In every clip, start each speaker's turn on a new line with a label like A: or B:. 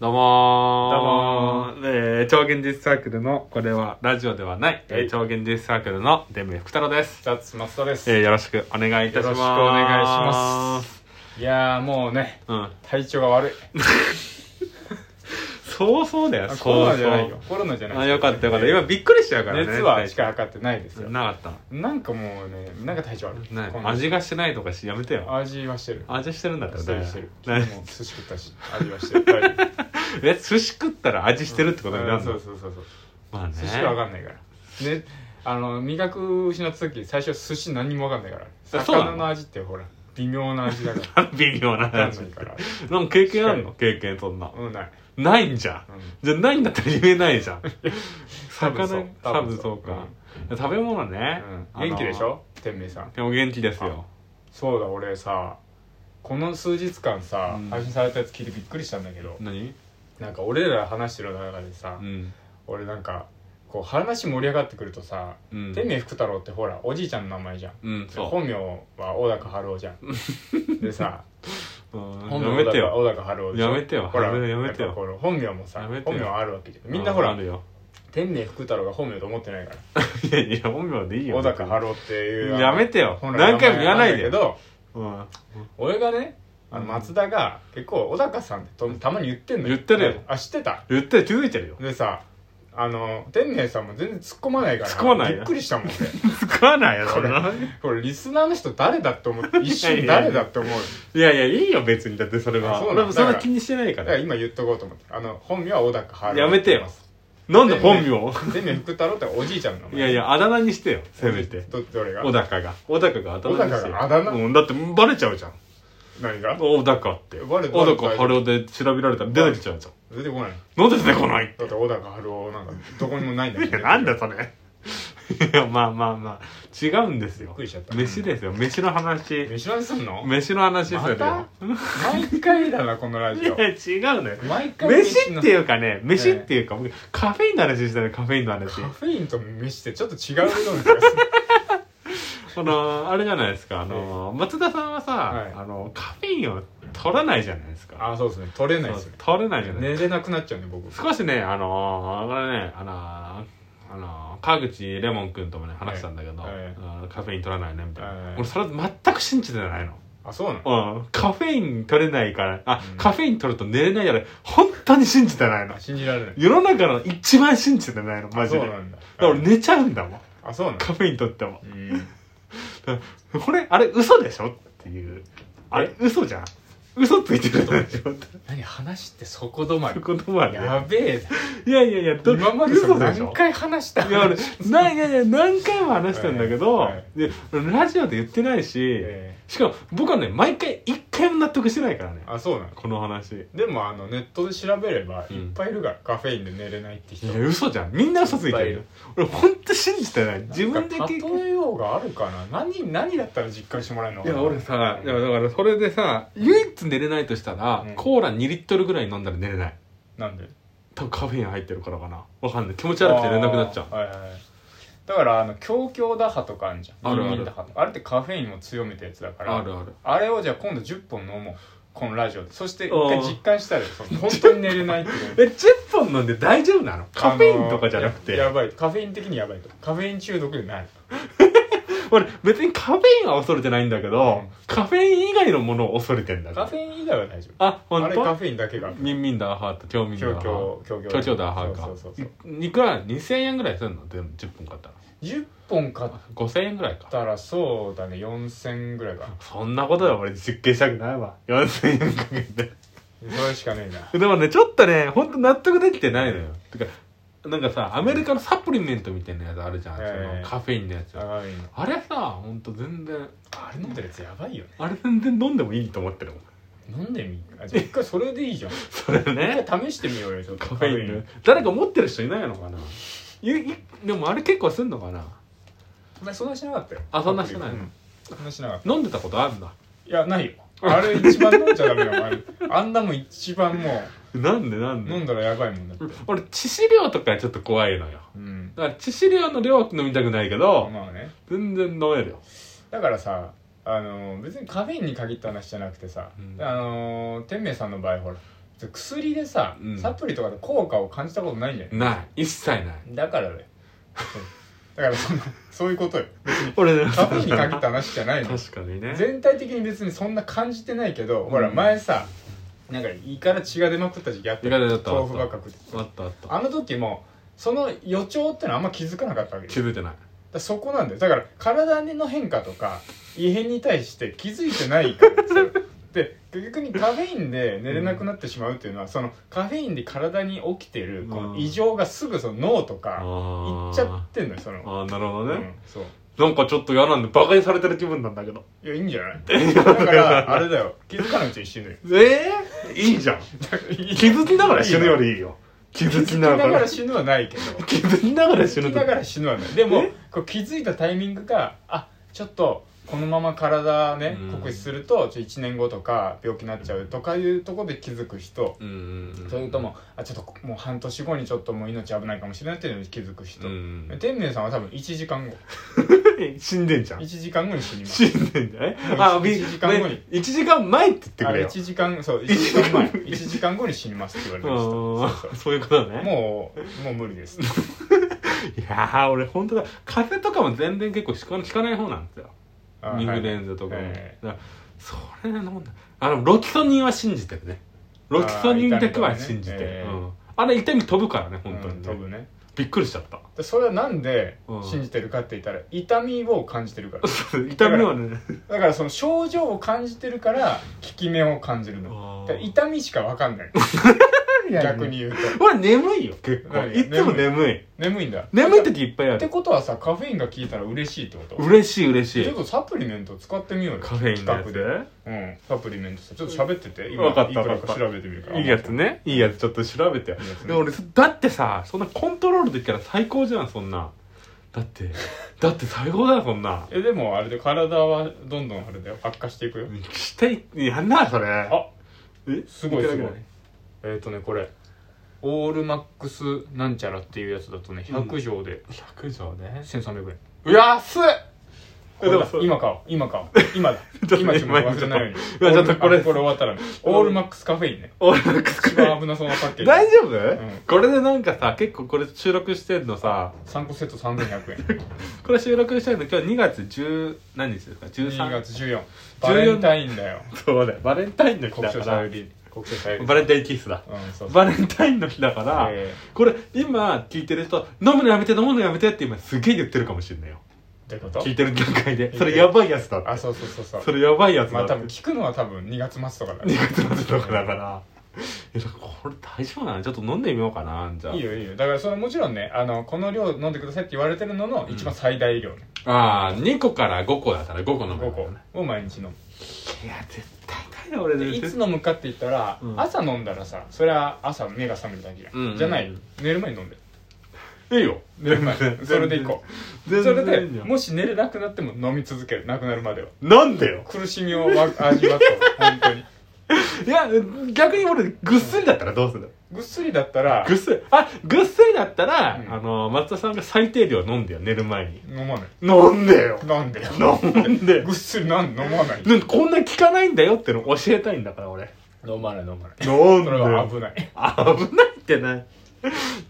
A: どうもー
B: どうもー、えー、超現実サークルの、これはラジオではない、え
A: は
B: ー
A: い
B: 超現実サークルのデム福太郎です。
A: ザッツ松田です、
B: えー、よろしくお願いいたします。。
A: よろしくお願いしますいやーもうね
B: うん。
A: 体調が悪い
B: そうそうだよ、
A: あ
B: そう
A: コロナじゃないよコロナじゃない
B: あ、よかったよかった。今びっくりしちゃうからね。
A: 熱はしか測ってないですよ
B: なかった。
A: なんかもうねなんか体調悪い
B: ない
A: こんな
B: 味がしてないとかし、やめてよ。
A: 味はしてる
B: 味してるんだった
A: して
B: ら
A: るしてる
B: ね
A: もう寿司食ったし味はしてる大丈夫
B: え、寿司食ったら味してるってことになる
A: そ
B: の
A: うそうそうそう
B: まあね。
A: 寿司は分かんないからねあの味覚失った時最初寿司何にも分かんないから
B: そうなの
A: 魚の味ってほら微妙な味だから
B: 微妙な
A: 分
B: 話
A: かんないから
B: なんか経験あるの経験そんな。
A: うんない
B: ないんじゃん。
A: うん
B: じゃあないんだったら言えないじゃん
A: 多分そ
B: 魚
A: う
B: 多分そうか、食べ物ね、
A: うん元気でしょ天明さん
B: あのでも元気ですよ
A: そうだ俺さこの数日間さ、
B: うん
A: 配信されたやつ聞いてびっくりしたんだけど
B: 何
A: なんか俺ら話してる中でさ、
B: うん
A: 俺なんかこう話盛り上がってくるとさ、
B: うん
A: 天明福太郎ってほらおじいちゃんの名前じゃん
B: うんそ
A: 本名は小高春夫じゃ んでさ
B: ううん
A: 本名
B: やめてよ
A: 小高春夫でしょ
B: やめてよ
A: ほら
B: やめやめてよ
A: っぱこの本名もさ
B: やめてよ
A: 本名はあるわけじゃんみんなほ
B: う
A: ら
B: あるよ
A: 天明福太郎が本名と思ってないから
B: いやいや本名でいいよ
A: 小高春夫っていう
B: やめてよ
A: 本来
B: 何回も言わないで
A: 名前なんだけど
B: うん
A: 俺がねあの
B: うん
A: 松田が結構小高さんってとたまに言ってんの
B: 言ってるよ
A: あ知ってた
B: 言って気づいてる よ
A: でさあの天明さんも全然突っ込まないから
B: 突っ込まないよ
A: びっくりしたもんね
B: つかないよそんな
A: これリスナーの人誰だって思 って一瞬
B: いやいや
A: 誰だって思う
B: いやいやいいよ別にだってそれ
A: あ
B: は
A: そうなの
B: 俺もそん
A: だ
B: な
A: から
B: 気にしてないか
A: だから
B: ら
A: 今言っとこうと思ってあの本名は小高春
B: やめてよなんで本名
A: 天明福太郎っておじいちゃんの名前
B: いやいやあだ名にしてよせめて
A: どどれが
B: 小高が小高があだ名にしてよ
A: 小高があだ名
B: うんだってバレちゃうじゃん
A: 何が
B: 小高って
A: バレ
B: 小高
A: バレ
B: 春雄で調べられたら出てきちゃうじゃん
A: 出てこない
B: なんで出てこない
A: だって小高春夫なんかどこにもないんだけ
B: いや
A: ど
B: なんだそれ いやまあまあまあ違うんですよ
A: びっくりしちゃった
B: 飯ですよ飯の話
A: 飯何すんの
B: 飯の話するよ
A: また毎回だなこのラ
B: い
A: ジオ
B: や違うのよ
A: 毎回
B: 飯
A: の
B: っていうかね飯
A: ええ
B: っていうか僕カフェインの話したのカフェインの話
A: カフェインと飯ってちょっと違うような気がする
B: そのあれじゃないですかあの松田さんは
A: は
B: さ
A: い
B: あのカフェインを取らないじゃないですか
A: あそうですね取れないです
B: そう
A: ね
B: 取れないじゃないですか
A: 寝れなくなっちゃうね僕
B: 少しねあのー、これねあのーあのー川口レモン君ともね話したんだけど、
A: はいはい
B: あーカフェイン取らないねみたいな、
A: はい
B: 俺それ全く信じてないの、
A: あそうなの
B: うん、カフェイン取れないからあ、
A: うん
B: カフェイン取ると寝れないやら本当に信じてないの
A: あ信じられない
B: 世の中の一番信じてないのマジで
A: そう
B: だか
A: なんだ
B: ら俺寝ちゃうんだもん
A: あそうなんだ
B: カフェイン取っても
A: うん
B: これあれ嘘でしょっていうあれ嘘じゃん嘘ついてるでし ょって
A: 何話ってそこ止まり
B: 言葉で
A: やべえ
B: いやいやいやど
A: 今までそれ
B: 嘘でしょ
A: 何回話した
B: いや俺ないやいや何回も話したんだけど、
A: はいはい
B: でラジオで言ってないし、
A: え
B: しかも僕はね毎回一回も納得してないからね
A: えあそうなの
B: この話
A: でもあのネットで調べれば
B: うん
A: いっぱいいるからカフェインで寝れないって
B: い
A: 人
B: や嘘じゃんみんな嘘ついて
A: いっ
B: る俺本当信じてない自分で
A: なんか
B: 結
A: 例えようがあるかな何何だったら実感してもらえるの
B: い
A: かな
B: や俺さいやだからそれでさ唯一寝れないとしたら、
A: うん
B: コーラ2リットルぐらい飲んだら寝れない
A: なんで
B: 多分カフェイン入ってるからかなわかんない気持ち悪くて寝れなくなっちゃう
A: あーはいはいはいだからあの強強打破とかあるじゃん
B: あるある
A: ニンニン打破とかあれってカフェインを強めたやつだから
B: あるある
A: あれをじゃあ今度10本飲もうこのラジオでそして一
B: あー
A: 回実感したらその本当に寝れないっていう
B: え10本飲んで大丈夫なの カフェインとかじゃなくて
A: あのーややばいカフェイン的にやばいとカフェイン中毒でない
B: 俺別にカフェインは恐れてないんだけど、
A: うん
B: カフェイン以外のものを恐れてんだ
A: カフェイン以外は大丈夫
B: あ
A: あ
B: 本
A: れカ
B: 当
A: フェインだけが
B: ミンミンダーハート強ミンダー
A: 強
B: ハ
A: 強強
B: ート強強ダーハーか
A: そうそうそうそう
B: いいくら2000円ぐらいするのでも10分買ったら
A: 10本買っ
B: 5000円ぐらいか
A: たらそうだね4000ぐらいか
B: そんなことで俺実験したくないわ4000円かけて
A: それしかね えな
B: でもねちょっとね本当納得できてないのよてかなんかさアメリカのサプリメントみたいなやつあるじゃん、
A: ええ
B: そのカフェインのやつ
A: カフェイン
B: あれさ本当全然
A: あれ飲んでるやつやばいよね
B: あれ全然飲んでもいいと思ってるもん
A: 飲んでみあじゃあ一回それでいいじゃん
B: それね
A: 一回試してみようよちょっと
B: カフェインね誰か持ってる人いないのかないいでもあれ結構すんのかな
A: お前そんなしなかったよ
B: あそんなしないの
A: うんそんなしなかった
B: 飲んでたことあるんだ
A: いやないよあれ一番飲んじゃダメよお前あんなもん一番も
B: なんでなん
A: う
B: で
A: 飲んだらやばいもんだって
B: 俺致死量とかちょっと怖いのよ
A: うん
B: だから致死量の量は飲みたくないけど、
A: まあね
B: 全然飲めるよ
A: だからさあの別にカフェインに限った話じゃなくてさ、
B: うん
A: あの天明さんの場合ほら薬でさ、
B: うん
A: サプリとかで効果を感じたことないんじゃない
B: ない一切ない
A: だから だよだからそのそういうことよ
B: 俺ね
A: サプリに限った話じゃないの
B: 確かにね
A: 全体的に別にそんな感じてないけど、ほら
B: うん
A: 前さなんか胃から血が出まくった時期あった
B: い
A: よ
B: かがだった
A: 豆腐ばっか食って
B: あったあった
A: あの時もその予兆ってのはあんま気づかなかったわけよ
B: 気づいてない
A: だからそこなんだよだから体の変化とか異変に対して気づいてない からですよで逆にカフェインで寝れなくなってしまうっていうのは、そのカフェインで体に起きてるこ
B: う
A: の
B: ん
A: 異常がすぐその脳と
B: あ
A: かい
B: ー
A: っちゃってんのよその、
B: あーなるほ
A: う
B: ど
A: ん
B: ね、
A: そう
B: なんかちょっと嫌なんでバカにされてる気分なんだけど
A: いやいいんじゃない だからあれだよ気づかないうちに死ぬよ
B: ええいいじゃん気づきながら死ぬよりいいよ気
A: 気づ
B: づ
A: き
B: き
A: な
B: な
A: が
B: が
A: ら
B: ら
A: 死ぬはな いけど
B: 気づきながら死
A: 気づ
B: ぬ
A: き
B: と
A: ながら死ぬはないでも
B: え
A: こう気づいたタイミングがあちょっとこのまま体ね
B: うん
A: 酷使するとちょ1年後とか病気になっちゃうとかいうところで気づく人
B: うんうんうん
A: それともあちょっともう半年後にちょっともう命危ないかもしれないっていうのに気づく人、
B: うんうん
A: 天明さんは多分1時間後
B: 死んでんじゃ
A: 1
B: ん
A: 時間後に死にます
B: 死んでんじゃんえあび
A: 一時間後に
B: ね一時間前って言って
A: あ
B: くれ
A: れ
B: よ
A: 1時間そう1時間前1時 間後に死にますって言われましたそう
B: うんそういうこと
A: そう
B: ね
A: もうもう無理です
B: いやー俺本当だ風邪とかも全然結構しか効かない方なんですよ
A: あ
B: ミ
A: は
B: グ
A: い
B: レンズとかも、
A: え
B: だからそれで飲んだあのロキソニンは信じてるねロキソニンだけは信じてる
A: あ
B: うんあ
A: ー痛みとかねえー
B: れ痛み飛ぶからね本当
A: う
B: に
A: ん
B: ね、
A: 飛ぶね
B: びっくりしちゃった
A: でそれはなんで
B: うん
A: 信じてるかって言ったら痛みを感じてるから
B: 痛みはね
A: だからその症状を感じてるから効き目を感じるのだから痛みしか分かんない 逆に言うと
B: 俺眠いよ結構
A: 何
B: いつも眠い
A: 眠いんだ
B: 眠い
A: って
B: 時いっぱいあ
A: って
B: る
A: ことはさカフェインが効いたら嬉しいってこと
B: 嬉しい嬉し
A: ちょ
B: い
A: っとサプリメント使ってみようよ
B: カフェインのやつ
A: 企
B: で
A: 画でうんサプリメントさちょっと喋ってて
B: わかった
A: いくら
B: わか
A: か
B: った
A: 調べてみるから
B: いいやつねいいやつちょっと調べてよ
A: いいやつね
B: で俺だってさそんなコントロールできたら最高じゃんそんなだってだって最高だよそんな
A: えでもあれで体はどんどんあれだよ悪化していくよ
B: してやんなそれ
A: あ
B: え
A: すごい
B: くらぐら
A: すごいえっ、ー、とねこれオールマックスなんちゃらっていうやつだとね100錠で
B: 100錠ね
A: 1300円、
B: 安っ
A: これだ
B: でもそう
A: 今買おう今 買おう今だ
B: ちょっと
A: 今注文忘れないように
B: 今今ちょっと
A: オール
B: これ
A: マあこれ終わったらねオールマックスカフェインね
B: 俺なんか
A: 一番危なそうなパッケージ
B: 大丈夫、
A: ん
B: これでなんかさ結構これ収録してんのさ
A: 3個セット3100円
B: これ収録してんの今日2月10何日ですか
A: 2
B: 13
A: 月14バレンタインだよ
B: そうだよバレンタインの日
A: 国
B: だか
A: 書さ
B: ら
A: ゆり国書さゆり
B: バレンタインキスだ
A: うんそうそう
B: バレンタインの日だから、
A: え
B: これ今聞いてる人飲むのやめて飲むのやめてって今すげえ言ってるかもしれないよ
A: ーってこと
B: 聞いてる段階でそれやばいやつだっ
A: あ
B: て
A: そうそうそうそう
B: それやばいやつだ
A: まあ
B: って
A: 多分聞くのは多分2月末とかだ
B: 2月末とかだ からえだからこれ大丈夫なのちょっと飲んでみようかなじゃあ
A: いいよいいよだからそれもちろんねあのこの量飲んでくださいって言われてるのの一番最大量ね、
B: ああ2個から5個だったら5個飲む
A: 5個を毎日飲む
B: いや絶対だよ俺
A: でいつ飲むかって言ったら、
B: うん
A: 朝飲んだらさそれは朝目が覚めるだけじゃん、
B: うんうんうん
A: じゃない寝る前に飲んで
B: いいよ
A: 寝る前それでいこう
B: 全
A: そ
B: 然
A: れで
B: いいよ
A: もし寝れなくなっても飲み続けるなくなるまでは
B: なんでよ
A: 苦しみをわ味 わった本当に
B: いや逆に俺ぐっすりだったらどうする
A: ぐっすりだったら
B: ぐっすりあぐっすりだったら、
A: うん
B: あの松田さんが最低量飲んでよ寝る前に
A: 飲まない
B: 飲んでよ
A: なんでよ
B: 飲んで
A: ぐっすりなん飲まない
B: なんでこんな効かないんだよっての教えたいんだから俺
A: 飲まない飲まない
B: 飲ん
A: そ
B: で
A: れは
B: よ
A: 危ない
B: 危ないってない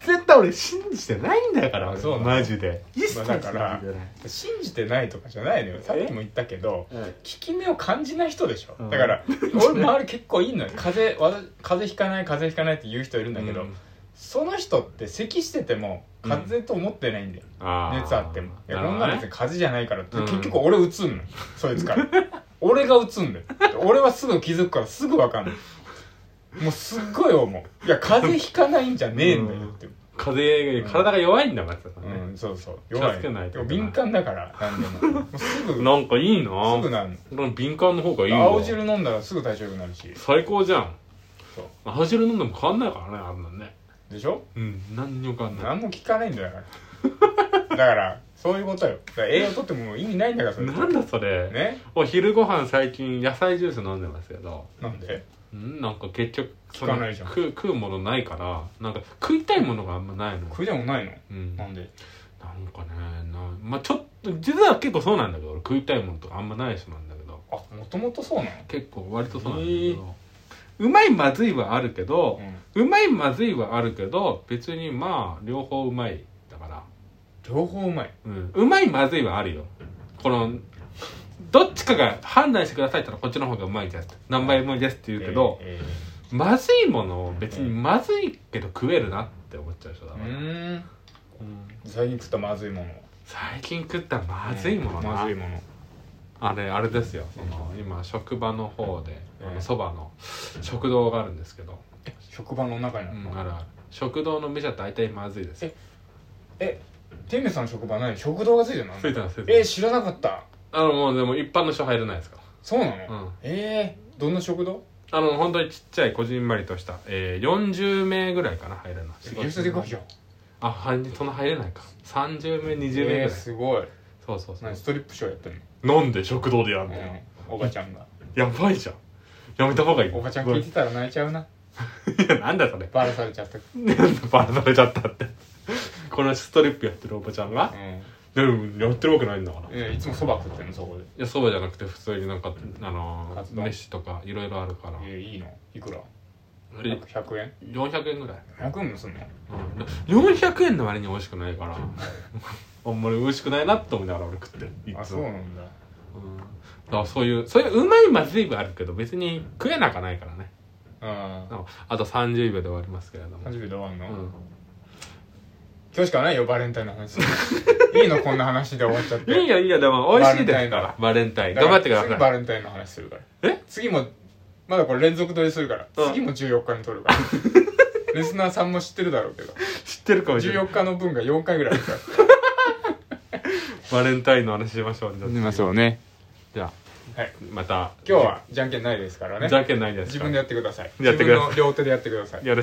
B: 絶対俺信じてないんだから
A: あ
B: 俺
A: そうなの
B: マジで一切信じて
A: ま
B: な
A: あだから
B: い
A: 信じてないとかじゃないのよさっきも言ったけど
B: うん
A: 効き目を感じない人でしょ、
B: うん
A: だから俺周り結構いいのよ風邪わざ風邪ひかない風邪ひかないって言う人いるんだけど、
B: うん
A: その人って咳してても風邪と思ってないんだよ、
B: あー
A: 熱あってもいや
B: なる
A: こ
B: ほ
A: ん
B: ど
A: な
B: ね
A: の別に風邪じゃないからって、
B: うん
A: 結局俺うつんのそいつから 俺がうつんだよ俺はすぐ気づくからすぐ分かんないもうすっごい思ういや風邪ひかないんじゃねえんだよって、
B: 風邪体が弱いんだ松田さん
A: う
B: ね、
A: ん、そうそう弱
B: 気をつ
A: い
B: けない
A: で
B: と
A: も敏感だから何でももうす ぐ
B: なんかいいな
A: すぐなる
B: なんか敏感の方がいい
A: の
B: わ
A: 青汁飲んだらすぐ体調良くなるし
B: 最高じゃん
A: そう
B: 青汁飲んでも変わんないからねあんなんね
A: でしょ
B: うん何にも変わんない
A: 何も聞かないんだよだからだからそういうことよだから栄養とっても意味ないんだからそれ
B: なんだそれ、
A: ね
B: お昼ご飯最近野菜ジュース飲んでますけど
A: なんで
B: うんなんか結局そ
A: 効
B: の
A: かないじゃん
B: 食う食うものないからなんか食いたいものがあんまないの
A: 食いでもないの
B: うん
A: なんで
B: なんかねなまあちょっと実は結構そうなんだけど俺食いたいものとかあんまない人なんだけど
A: あもともとそうなの
B: 結構割とそうなんだけど、うまいまずいはあるけど
A: う、
B: う
A: ん
B: まいまずいはあるけど別にまあ両方うまいだから、
A: 両方うまい
B: うん、うまいまずいはあるよこのどっちかが判断してくださいって言ったらこっちの方がうまいです何倍もですって言うけど、
A: え
B: まずいものを別にまずいけど食えるなって思っちゃう人だ
A: ーえ
B: から、
A: ーうーん最近食ったまずいもの
B: 最近食ったまずいものな、
A: まずいもの
B: あれあれですよその今職場の方で
A: うん
B: あのそばの食堂があるんですけど、
A: 職場の中にあ
B: う
A: る
B: ん
A: の、
B: あるある食堂の店は大体まずいですよ
A: え天明さんの職場何食堂がついてるの
B: ついてますついてます
A: え知らなかった
B: あのもうでも一般の人入れないですか
A: そうな
B: ら、う
A: の、
B: ん、
A: えー、どんな食堂
B: あの本当にちっちゃいこじんまりとした、えー、40名ぐらいかな入れない
A: えそれでかいじゃん
B: あはんそんな入れないか30名20名ぐらい、
A: えー、すごい
B: そうそうそう
A: 何ストリップショーやってる
B: なんで食堂でやんの、
A: の、うん、おばちゃんが
B: やばいじゃんやめた方がいい
A: おばちゃん聞いてたら泣いちゃうない
B: やなんだそれ
A: バラされちゃった
B: バラされちゃったってこのストリップやってるおばちゃんが
A: う
B: でもやってるわけないんだから
A: んいやいつもそば食ってるのそこで
B: いやそばじゃなくて普通になんかあの
A: カツ
B: ー、
A: 丼
B: 飯とかいろいろあるから
A: えー、いいのいくら
B: え
A: 100円
B: 400円ぐらい、
A: 100円もすんの
B: うん、400円の割に美味しくないから あんまり美味しくないなって思いながら俺食ってるい
A: あ
B: つ
A: そう
B: も
A: なん
B: うん
A: だ
B: だからそういうそういううまいまずいはあるけど別に食えなかないからね
A: あ
B: あのあと30秒で終わりますけれど
A: あ
B: も、
A: 30秒で終わんの、
B: うん、
A: 今日しかないよバレンタインの 話いいのこんな話で終わっちゃって
B: いいよいいよでも美味しいですからバレンタイン頑張ってくだ
A: 次
B: さ
A: バ
B: い
A: レンタインの話するから
B: え
A: 次もまだこれ連続撮りするから、
B: うん
A: 次も14日に撮るから リスナーさんも知ってるだろうけど
B: 知ってるかもしれない
A: 14日の分が4回ぐらいあるから
B: バレンタインの話しましょうじゃあ
A: ょうね
B: じゃあ
A: はい
B: また
A: 今日はじゃんけんないですからね
B: じゃんけんないです
A: 自
B: か
A: 分でやってください
B: やってください
A: 自分の両手でやってください
B: よろしく